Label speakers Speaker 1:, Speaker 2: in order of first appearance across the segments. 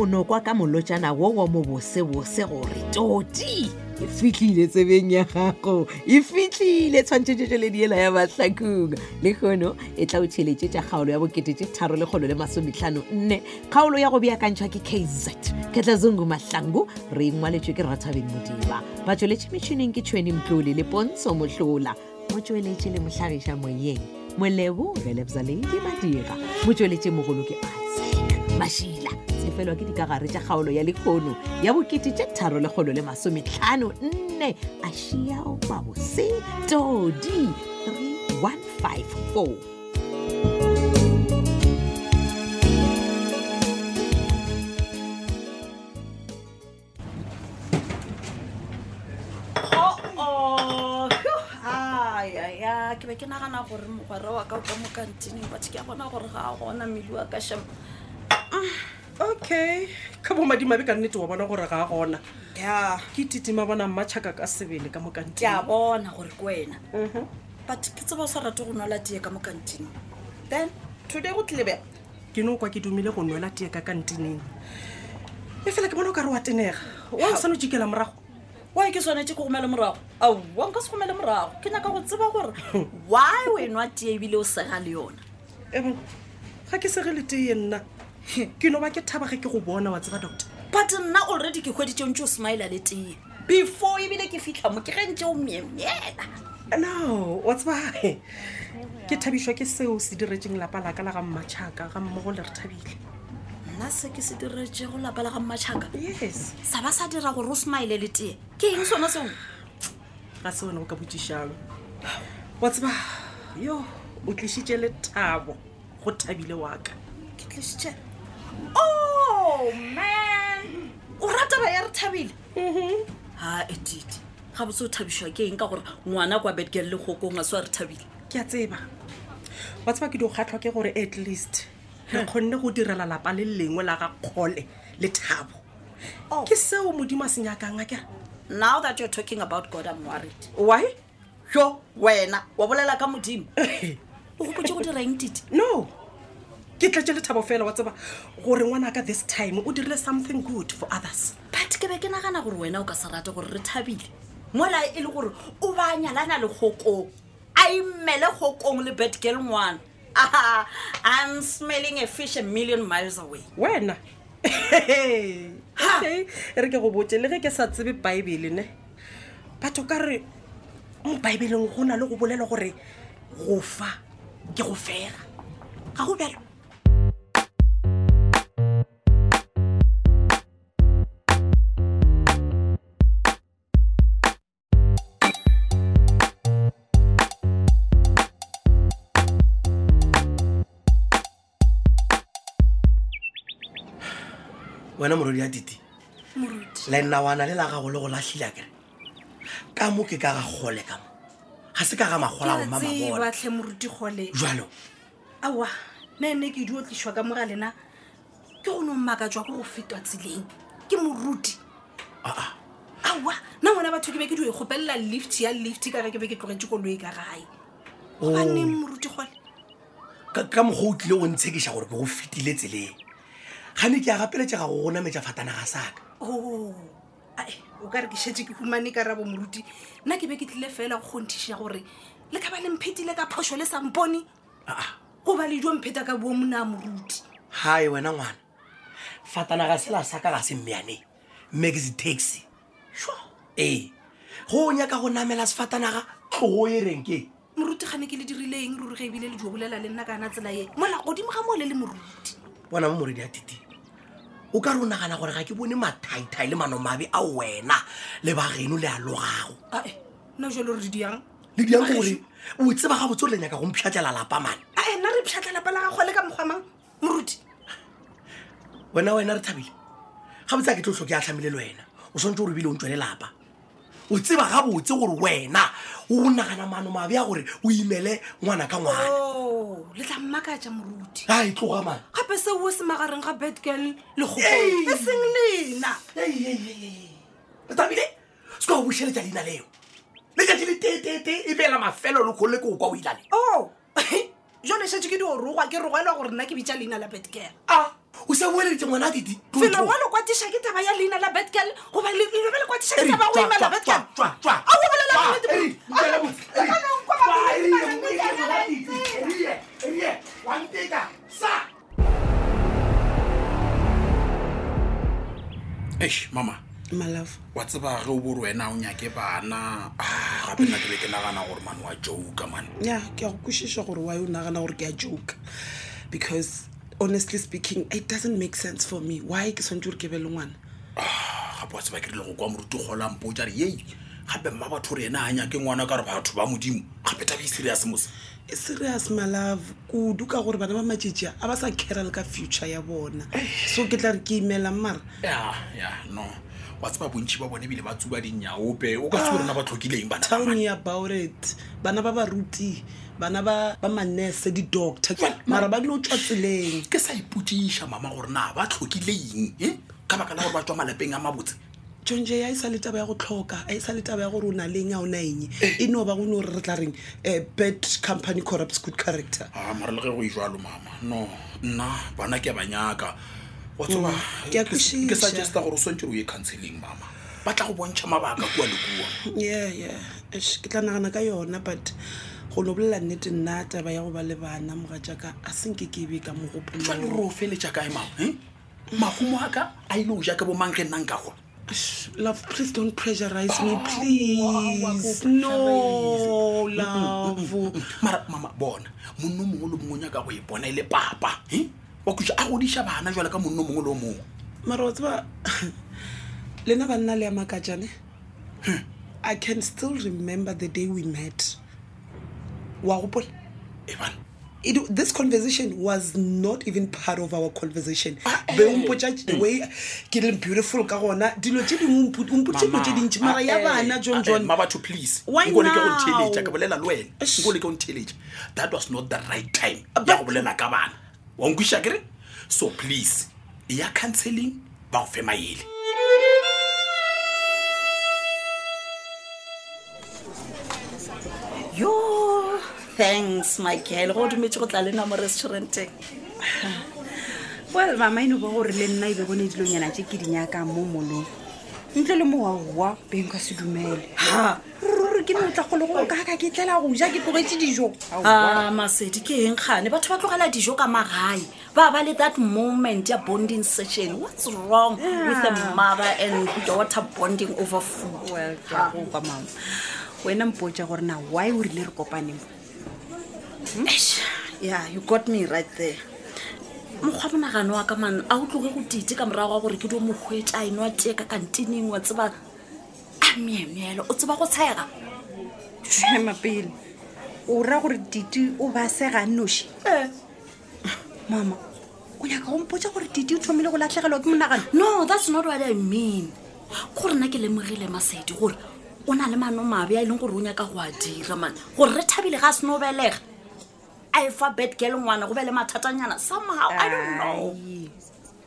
Speaker 1: o no kwa ka molotšana wo wa mobosebose gore toti
Speaker 2: e fitlhile tsebeng ya gago e fitlhile tshwantšhetšetšeledi ela ya mahlakong le kgono e tla o tšheletšetša kgaolo ya boketete tharo le kgolo le masometlhano nne kgaolo ya go beakantšhwa ke kz ketlazungu mahlangu re engwaletšwe ke rathabeng modiba ba tsweletše metšhineng ke tšhweni mtlole le pontsho mohlola mo tsweletše le mohlagiša moyeng molebo belebzaledi madira mo tsweletše mogolo ke isaac mašila tsefelwa ke dikagare tša kgaolo ya lekgono ya bokete tše tharo lekgolo le masometlhano nne ašiao mabose todi 3154
Speaker 3: oo aya ke be ke nagana gore mogwera wa ka o ka mo kantineng batho ke a bona gore ga a gona mmedi wa ka sham
Speaker 4: okay ka bomadimabe ka nnete wa bona gore ga a gona
Speaker 3: ya
Speaker 4: ke titima bona mmatšhaka ka sebele ka mokanteng
Speaker 3: ke a bona gore ke wena but ke tseba o sa rate go nwala tie ka mo kantineng then today go tlile bjang
Speaker 4: ke no kwa ke dumile go nwela tee ka kantineng e fela ke bona o ka re wa tenega wa o sane o jikela morago
Speaker 3: wy ke tshwanetse ke gomele morago aowa nka se gomele morago ke nyaka go tseba gore why o enwa tie ebile o sega le yona
Speaker 4: ebon ga ke segele tee nna ke no ba ke thabage ke go bona wa tseba doctor
Speaker 3: but nna already ke kgweditse o ntse o smile le tee before ebile ke fitlha mo ke gentse o myemyela
Speaker 4: no wa tsebae ke thabišwa ke seo se diretseng lapa laka la ga mmatšhaka ga mmogo le re thabile
Speaker 3: nna se ke se diretse go lapa la ga mmatšhaka
Speaker 4: yes
Speaker 3: sa ba sa dira gore o smile le tee ke eng sone seo
Speaker 4: ga se wena o ka botsišang wa tseba yo o tlišitše lethabo go thabile wa ka
Speaker 3: ke tlisitše o Oh, man o rata ba ya re thabile Mm-hmm. ha edite ga botse o thabišwa ke eng ka gore ngwana kwa bedgal le kgokong a se wa re thabile
Speaker 4: ke a tseba wa tseba ke di kgatlhwa ke gore at least re kgonne go direla lapa le lengwe la ga kgole le thabo
Speaker 3: Oh.
Speaker 4: ke seo modimo a se nyakang a kere
Speaker 3: now that you're talking about god i'm worried
Speaker 4: wy
Speaker 3: yo wena wa bolela ka modimo
Speaker 4: no
Speaker 3: o gopotse go dira eng tite
Speaker 4: ke tletse lethabo fela wa tseba gore ngwana ka this time o dirile something good for others
Speaker 3: but ke be ke nagana gore wena o ka se rate gore re thabile mola e le gore o ba nyalana le kgokong a imele kgokong le betgal ngwana Aha, i'm smelling a fish a million miles away
Speaker 4: wena okay e re ke go botse le ge ke sa tsebe baebele ne batho ka re mo baebeleng go na le go bolela gore go fa ke go fega ga go bjalo
Speaker 5: wena morodi ya tite le nnawana le la gago le go latlhile kere ka mo ke ka ga gole ka mo ga se ka ga magola go mamabona
Speaker 6: tlhe morutigole
Speaker 5: jalo
Speaker 6: aowa nne nne ke duo tliswa ka moga lena ke go no mmaka jwa ko go fetwa tseleng ke moruti
Speaker 5: aa
Speaker 6: aowa nna ngwana batho ke be ke dio e gopelela lift ya lift ka ge ke be ke tlogetse koloi ka gae gobaneng morutigole
Speaker 5: ka ka mokgwa o tlile go ntshekiša gore ke go fetile tseleng ga ne ke a gapeletša ga go go nametša fatanaga saka
Speaker 6: o ae, Oh, o ka re ke šetse ke humane ka rabo moruti nna ke be ke tlile fela go kgonthiša gore le ka ba le mphetile ka phoso le sampone
Speaker 5: aa
Speaker 6: goba le dio mpheta ka boo mona moruti
Speaker 5: gae wena ngwana fatanaga sela saka ga se mmeane mme ke se taxi sure ee go o nyaka go namela sefatanaga tlogo e reng ke
Speaker 6: moruti gane ke le dirile eng ruri ge ebile le dio bolela le nna ka na tsela ye mola godimo ga mo le le moruti
Speaker 5: bona mo moredi ya tite o ka re o nagana gore ga ke bone mathaithai le manomabe a wena le bageno le a logago
Speaker 6: ae nna jalo re diang
Speaker 5: le diang gore
Speaker 7: e
Speaker 5: o tseba ga botse o lenyaka go mpšhatlela lapa mane
Speaker 6: ae nna re pšhatlha lapa la gago le ka mokgwa mang moruti
Speaker 5: wena wena re thabile ga botse a ke tlo tlhoke a tlhamile le wena o swantse gore ebile o ntswe le lapa
Speaker 7: o tseba gabotse gore wena o nagana maano mabe a gore o imele ngwana ka ngwana
Speaker 6: Oh,
Speaker 8: o le tla mmakatsa moruti
Speaker 7: a e tloga man
Speaker 8: gape seo se magareng ga betgal le go
Speaker 7: Ei!
Speaker 8: e seng lena
Speaker 7: tabile se ka go bušheletša leina leo letšatši le tetete e beela mafelo le kgole ke go kwa o ilale
Speaker 8: o jale shetse ke diorogwa ke rogelwa gore nna ke bitsa leina la betgal
Speaker 7: a o sa boeleditše ngwana a didi
Speaker 8: felo wa lekwatiša ke taba ya leina la betgal goba lelo ba lekwatiša ke
Speaker 7: Eri,
Speaker 8: taba ya go
Speaker 7: tswa,
Speaker 8: ima la
Speaker 7: tswa, tswa,
Speaker 8: betgal
Speaker 7: tswa, tswa.
Speaker 8: a go bolela
Speaker 7: Tswa,
Speaker 8: nnete,
Speaker 7: Eri, ntlela botse, Eri.
Speaker 8: Ana, nkwa
Speaker 7: Tswa,
Speaker 8: mabele,
Speaker 7: Eri, ye,
Speaker 8: bana,
Speaker 7: mo- ye,
Speaker 8: ntlela
Speaker 7: mo-
Speaker 8: la
Speaker 7: Eri, Eri, ye, Eri, ye, wa nteka, sa.
Speaker 5: eish mama
Speaker 4: malafo
Speaker 5: wa tseba ge o bore wena o nyake bana Ah, gape nna ke be ke nagana gore mane wa joka mane
Speaker 4: ya ke a go kwešiša gore wa o nagana gore ke a joke because honestly speaking it doesn't make sense for me why ke tshwanetse gore ke be le ngwana
Speaker 5: Ah, gape wa tseba ke rile go kwa moruti kgolampo ja re yei gape mma batho gore ena a nyake ngwana ka re batho ba modimo gape tabe e serius mose
Speaker 4: E serious malove kudu ka gore bana ba matšetši a ba sa cara le ka future ya bona so ke tla re ke imelang mara
Speaker 5: ya ya no wa tseba bontšhi ba bone ebile ba tsuba dinyaope o ka se rena ba tlhokileng bana ba
Speaker 4: tell
Speaker 5: mane.
Speaker 4: me about it bana ba baruti bana ba ba manese di-doctor
Speaker 5: Well,
Speaker 4: mara ba dilo tswa tseleng
Speaker 5: ke sa ipotsiša mama gore na ba tlhokileeng e ka baka la gore ba tswa malapeng a mabotse
Speaker 4: tsonje ya e sa le taba ya go tlhoka a e sa le taba ya gore o na leng a o na eng e no ba gone gore re tla reng um bad company corrupts good character
Speaker 5: a mara le ge go e jalo mama no nna bana ke a ba nyaka wa tseba
Speaker 4: ke a
Speaker 5: Mm, ke ke
Speaker 4: kwešiša.
Speaker 5: suggesta gore o swantse o ye counseling mama ba tla go bontšha mabaka kua le kua
Speaker 4: yeah yeah Eish, ke tla nagana ka yona but go no bolela nnete nna taba ya go ba le bana moga jaaka a senke ke be ka
Speaker 5: jale gore
Speaker 4: mogopolo
Speaker 5: o feletša kae mama e mahumo a ka a ile o ja ka bomang ge nnang ka gona
Speaker 4: love please don't pressurize me please no love
Speaker 5: mara mama bona monno mongwe le mongwe o nyaka go e bona e le papa e wa kuša a godiša bana jwale ka monno mongwe le o mongwe
Speaker 4: mara wa tseba lena banna le ya makajane i can still remember the day we met wa gopola
Speaker 5: e bana
Speaker 4: it, this conversation was not even part of our conversation
Speaker 5: Ah, eh.
Speaker 4: be ompotsa the way ke leng beautiful ka gona dilo tse dingwe ompotse dilo tse dintsi mara
Speaker 9: Ah, eh.
Speaker 5: e,
Speaker 4: ya bana john john
Speaker 5: mabatho please
Speaker 4: Why
Speaker 5: nkole ke go
Speaker 4: now?
Speaker 5: ntheletša ka bolela le wena
Speaker 4: Eish.
Speaker 5: nkole ke go ntheletša that was not the right time ya go bolela ka bana wa nkwiša kere so please e ya counseling ba go fe maele
Speaker 3: yo thanks michael go dumetse go tla lena mo restauranteng
Speaker 9: well mamaine bo gore le nna e be bone dilonyana tse ke dinyakang mo molong ntle le mowaowa beng ka se dumele
Speaker 3: ha
Speaker 9: ruri ke ne o tla go le go kaka ke tlela go ja ke tlogetse dijo
Speaker 3: a Ah, masedi ke eng kgane batho ba tlogela dijo ka magae ba ba le that moment ya bonding session what's wrong with a mother and daughter bonding over food
Speaker 9: well ke a go kwa mama wena mpotsa gore na why o rile re Hmm? kopaneng
Speaker 3: Eish, yeah you got me right there mokgwa monagano wa ka man a o tloge go tite ka morago wa gore ke dio mokgwetsa a enwa tee ka kantineng wa tseba a meemeelo o tseba go tshega
Speaker 9: ema pele o ra gore titi o ba sega noši
Speaker 3: Eh.
Speaker 9: mama o nyaka go mpotsa gore titi o thomile go latlhegelwa ke monagano
Speaker 3: no that's not what i mean gore nna ke lemogile masedi gore o na le manomabe a e leng gore o nyaka go a dira mane gore re thabile ga a seno belega a efa bed girl ngwana go be le mathatanyana somehow i don't know
Speaker 9: Ai,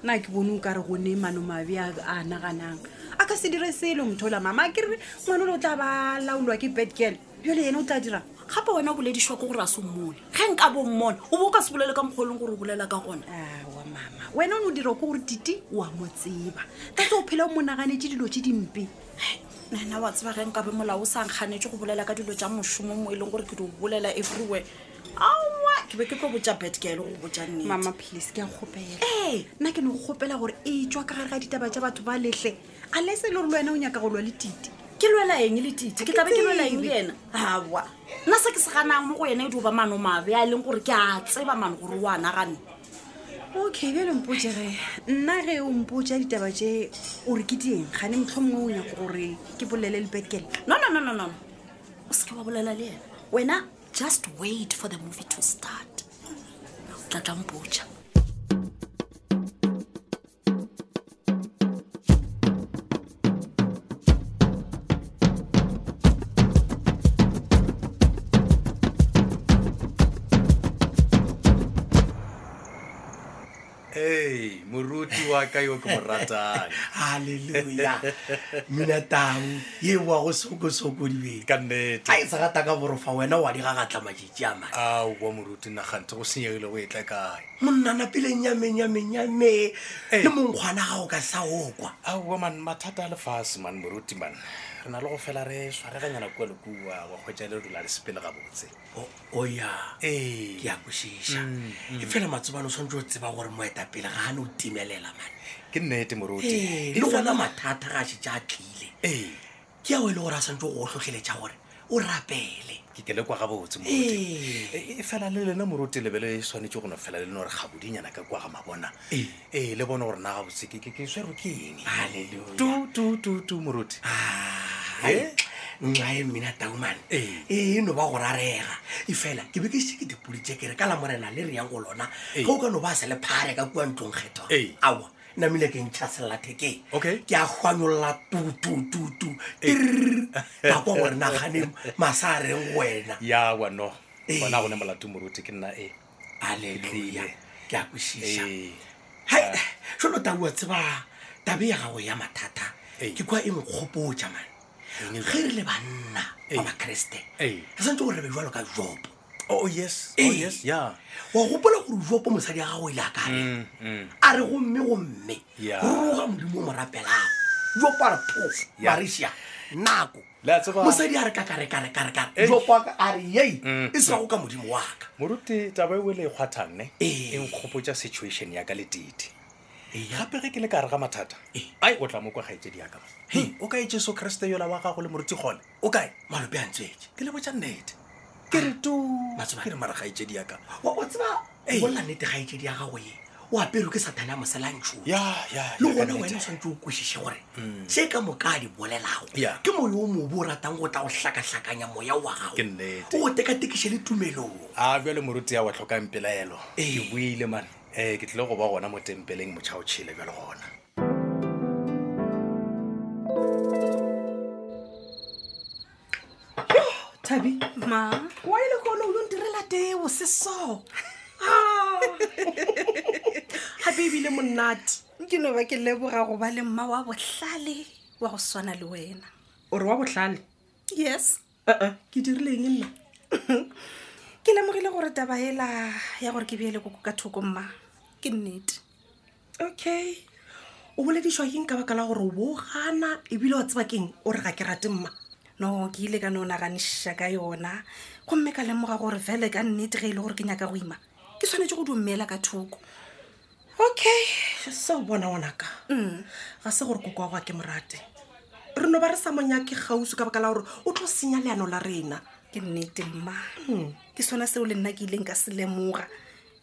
Speaker 9: nna ke bone o ka re gone manomabe a a naganang a ka se dire selo mothola mama a kere ngwana o le o tla ba laolwa ke bedgal jale ene o tla dirang
Speaker 3: gape wena o boledišwa ke gore a se mmone ge nka bommone o bo o ka se bolele ka mokgoleng gore o bolela ka gona
Speaker 9: awa mama wena o ne o dira ko gore titi wa mo tseba ka tse o phela o monaganetse dilo tse dimpe
Speaker 3: nna wa tseba ge nka be molao o sa nkganetse go bolela ka dilo tsa mošomo mo e leng gore ke di o bolela everywhere aowa ke be ke tlo botja bed girl go botja nnete
Speaker 9: mama please ke a gopela
Speaker 3: ee
Speaker 9: nna ke ne go gopela gore e tswa ka gare ga ditaba tsa batho ba letlhe a lese le gore le wena o nyaka go lwa le titi
Speaker 3: ke lwela eng le tite ke tlabe ke lwela eng le
Speaker 9: tsebe.
Speaker 3: ena aa nna se ke se ganang mo go ena e di oba mano mabe a e leng gore ke a tseba mane gore o a nagane
Speaker 9: okay bjale mpotsege nna ge o mpotsa ditaba tse ore ke dieng gane motlho mongwe o nyaka gore ke bolele le betkele
Speaker 3: no no no no no o seke wa bolela le ena wena just wait for the movie to start o tla tlang botja
Speaker 10: ee moruti wa ka yo ke mo ratang
Speaker 5: halleluja mina tau ye wa go sokosokodibe
Speaker 10: ka nnete
Speaker 5: a e sa gata ka borofa wena wa di gagatla matšetši a mane
Speaker 10: aowa moruti nagante go senyegile go e tla kae
Speaker 5: monna napeleng nyameng nyameng nyame le
Speaker 10: Ee.
Speaker 5: monkgwana gago ka sa okwa
Speaker 10: aowa man mathata a lefase man moruti man re na le go fela re swareganyana kua le kua wa kgwetsa le dula le sepele gabotse
Speaker 5: O- o ya
Speaker 10: ee
Speaker 5: ke a kwešiša e fela matsobane o tshwanetse o tseba gore moetapele ga a ne o timelela mane
Speaker 10: ke nnete moruti
Speaker 5: e le gona mathata ga šetse a tlile
Speaker 10: ee
Speaker 5: ke ao e le gore a tshwanetse go tlhotlheletša gore o rapele
Speaker 10: ke ke lekwa gabotse moruti
Speaker 5: ee
Speaker 10: e e fela le lena moruti lebele e tshwanetse go no fela le leno gore gabodinyana ka kwa ga mabona
Speaker 5: Ee.
Speaker 10: ee le bone gore na gabotse ke- ke ke swerwe ke eng
Speaker 5: Hallelujah.
Speaker 10: tu tu tu tu moruti
Speaker 5: nxa e mmina taumane
Speaker 10: Ee.
Speaker 5: e no ba go rarega efela ke be ke ise ke dipodi tse kere ka la morena le re yang go lona
Speaker 10: Ee.
Speaker 5: ga o ka no ba se le phare ka kua ntlong kgetho
Speaker 10: Ee.
Speaker 5: aa namile ke ntšha selela thekeng
Speaker 10: Okay.
Speaker 5: ke a gwanyolla tutututu tirr ka kwa gore nagane masa a reng go wena
Speaker 10: ya wano
Speaker 5: Ee.
Speaker 10: bona gone molato moruti ke nna e
Speaker 5: aleluya
Speaker 10: Ke tlile. Eh.
Speaker 5: ke a kwešiša
Speaker 10: ee
Speaker 5: hai jalo taua tseba tabe ya gago ya mathata
Speaker 10: Ee.
Speaker 5: ke kwa e nkgopotsa mane ge re le banna
Speaker 10: Ee.
Speaker 5: ba bakreste
Speaker 10: Ee.
Speaker 5: re santse gore re be jalo ka jopo
Speaker 10: oh yes oh
Speaker 5: Ee.
Speaker 10: yes ya
Speaker 5: wa gopola gore jopo mosadi ya gago ile a kare
Speaker 10: Mm, mm.
Speaker 5: a re gomme gomme
Speaker 10: Ya.
Speaker 5: roga modimo o mo rapelago jopo a re phofo
Speaker 10: Ya.
Speaker 5: marisia nako
Speaker 10: Le a tseba-
Speaker 5: mosadi a re kakarekakarekare
Speaker 10: Eish.
Speaker 5: jopo a ka- a re yei
Speaker 10: Mm,
Speaker 5: e sego ka modimo waka
Speaker 10: moruti taba eo e le e kgwathang ne
Speaker 5: Ee.
Speaker 10: e nkgopotsa situation ya ka le tete gape ge ke le ka re ga mathata
Speaker 5: eh,
Speaker 10: ai o tla mo kwa gaetsedi yaka o ka e jesu kriste yola wa gago le moruti gone o kae
Speaker 5: malope a ntswetse
Speaker 10: ke le botsa nnete ke re
Speaker 5: Matsobane.
Speaker 10: tukere maragaetsedi yaka
Speaker 5: wa o tseba
Speaker 10: Ee.
Speaker 5: bolla nnete ga etsedi ya gago e o aperwe ke sathane a moselantšhoo
Speaker 10: ya ya
Speaker 5: le gona wena o tshwanetse o kwešiše gore se ka moka a di bolelago
Speaker 10: Ya.
Speaker 5: ke moya o mobo o ratang go tla go hlakahlakanya moya wa gago
Speaker 10: Ke nnete.
Speaker 5: o go tekatekiše le tumelong
Speaker 10: a bjale moruti ya wa tlhokang pelaelo
Speaker 5: Ee.
Speaker 10: ke boile mane um ke tlile go ba gona mo tempeleng motšha o tšhele bjale gona
Speaker 4: thabi
Speaker 6: ma
Speaker 4: wa ile kone o yondirela teo se so
Speaker 9: Ah.
Speaker 4: gape ebile monate
Speaker 6: ke no ba ke leboga go ba le mma wa bohlale wa go swana le wena
Speaker 4: ore wa botlhale
Speaker 6: yes
Speaker 4: ee ke dirile eng nna
Speaker 6: ke lemogile gore taba ela ya gore ke beele koko ka thoko mma ke nnete
Speaker 4: okay o boledišwa keng ka baka la gore o bo gana ebile wa tseba keng o re ga ke rate mma
Speaker 6: no ke ile ka no naganišiša ka yona gomme ka lemoga gore fele ka nnete ge e le gore ke nyaka go ima ke tshwanetse go dumela ka thoko
Speaker 4: okay seo bona ngwanaka ga se gore koko wa go a ke mo rate re no ba re sa monyake kgausi ka baka la gore o tlo senya leano la rena
Speaker 6: ke nnete mma ke sona seo le nna ke ileng ka se lemoga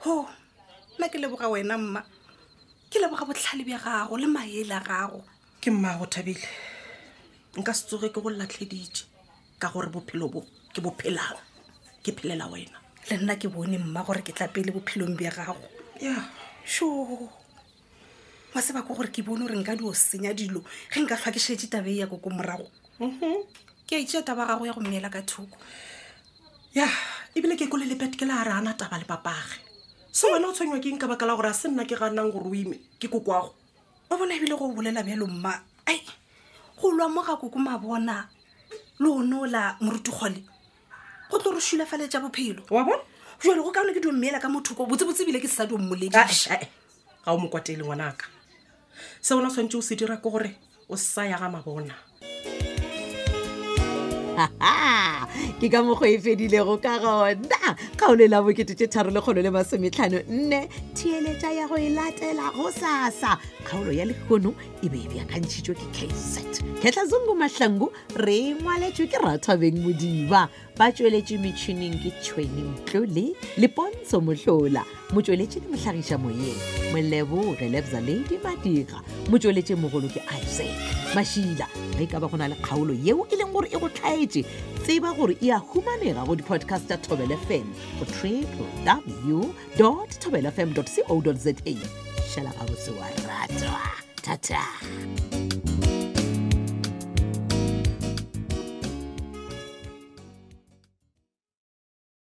Speaker 6: ho nna ke leboga wena mma ke leboga botlhale bja gago le maele a gago
Speaker 4: ke mmago thabile nka se tsoge ke go latlheditše ka gore bophelo bo ke bophelang ke phelela wena
Speaker 6: le nna ke bone mma gore ke tla pele bophelong bja gago
Speaker 4: ya
Speaker 6: sho wa seba ko gore ke bone gore nka di o senya dilo ge nka tlhwa ke shetse tabe ya koko morago
Speaker 4: Mhm.
Speaker 6: ke a itsea taba gago ya go meela ka thoko
Speaker 4: ya ebile ke kole lebet ke le a re ana taba le papage se wena o tshwenywa ke eng ka baka la gore a se nna ke ganang gore o ime ke kokoago
Speaker 6: o bona ebile go o bolela bjalo mma ai go lwa mo ga koko mabona le one ola morutukgole go tlo re šulafaletša bophelo
Speaker 4: wa bona
Speaker 6: jalo go kaone ke diommeela ka mothoko botsebotse ebile ke sa diommoledisa
Speaker 4: ae ga o mokwatele ngwanaka se wena o tshwanetse o se dira ke gore o sa ya ga mabona
Speaker 2: Aha! ke ka mokgo e fedilego ka gona kgaolo la bokete tse tharo lekgolo le masometlhano nne theeletša ya go e latela go sasa kgaolo ya lekgono e be e beakantšhitšwe ke kz kgetlha zungu mahlangu re e ngwaletšwe ke rathabeng modiba ba tsweletše metšhineng ke tšhweni mtlole le pontsho mohlola motsweletše ke mohlagiša moyeng moleboge lebza ladi madira motsweletše mogolo ke isaac mašila ge ka ba go na le kgaolo yeo e leng gore e go tlhaetše tseba gore e a humanega go di-podcast tša tobel fm go triple w tobel fm co za šala gabose wa ratwa thata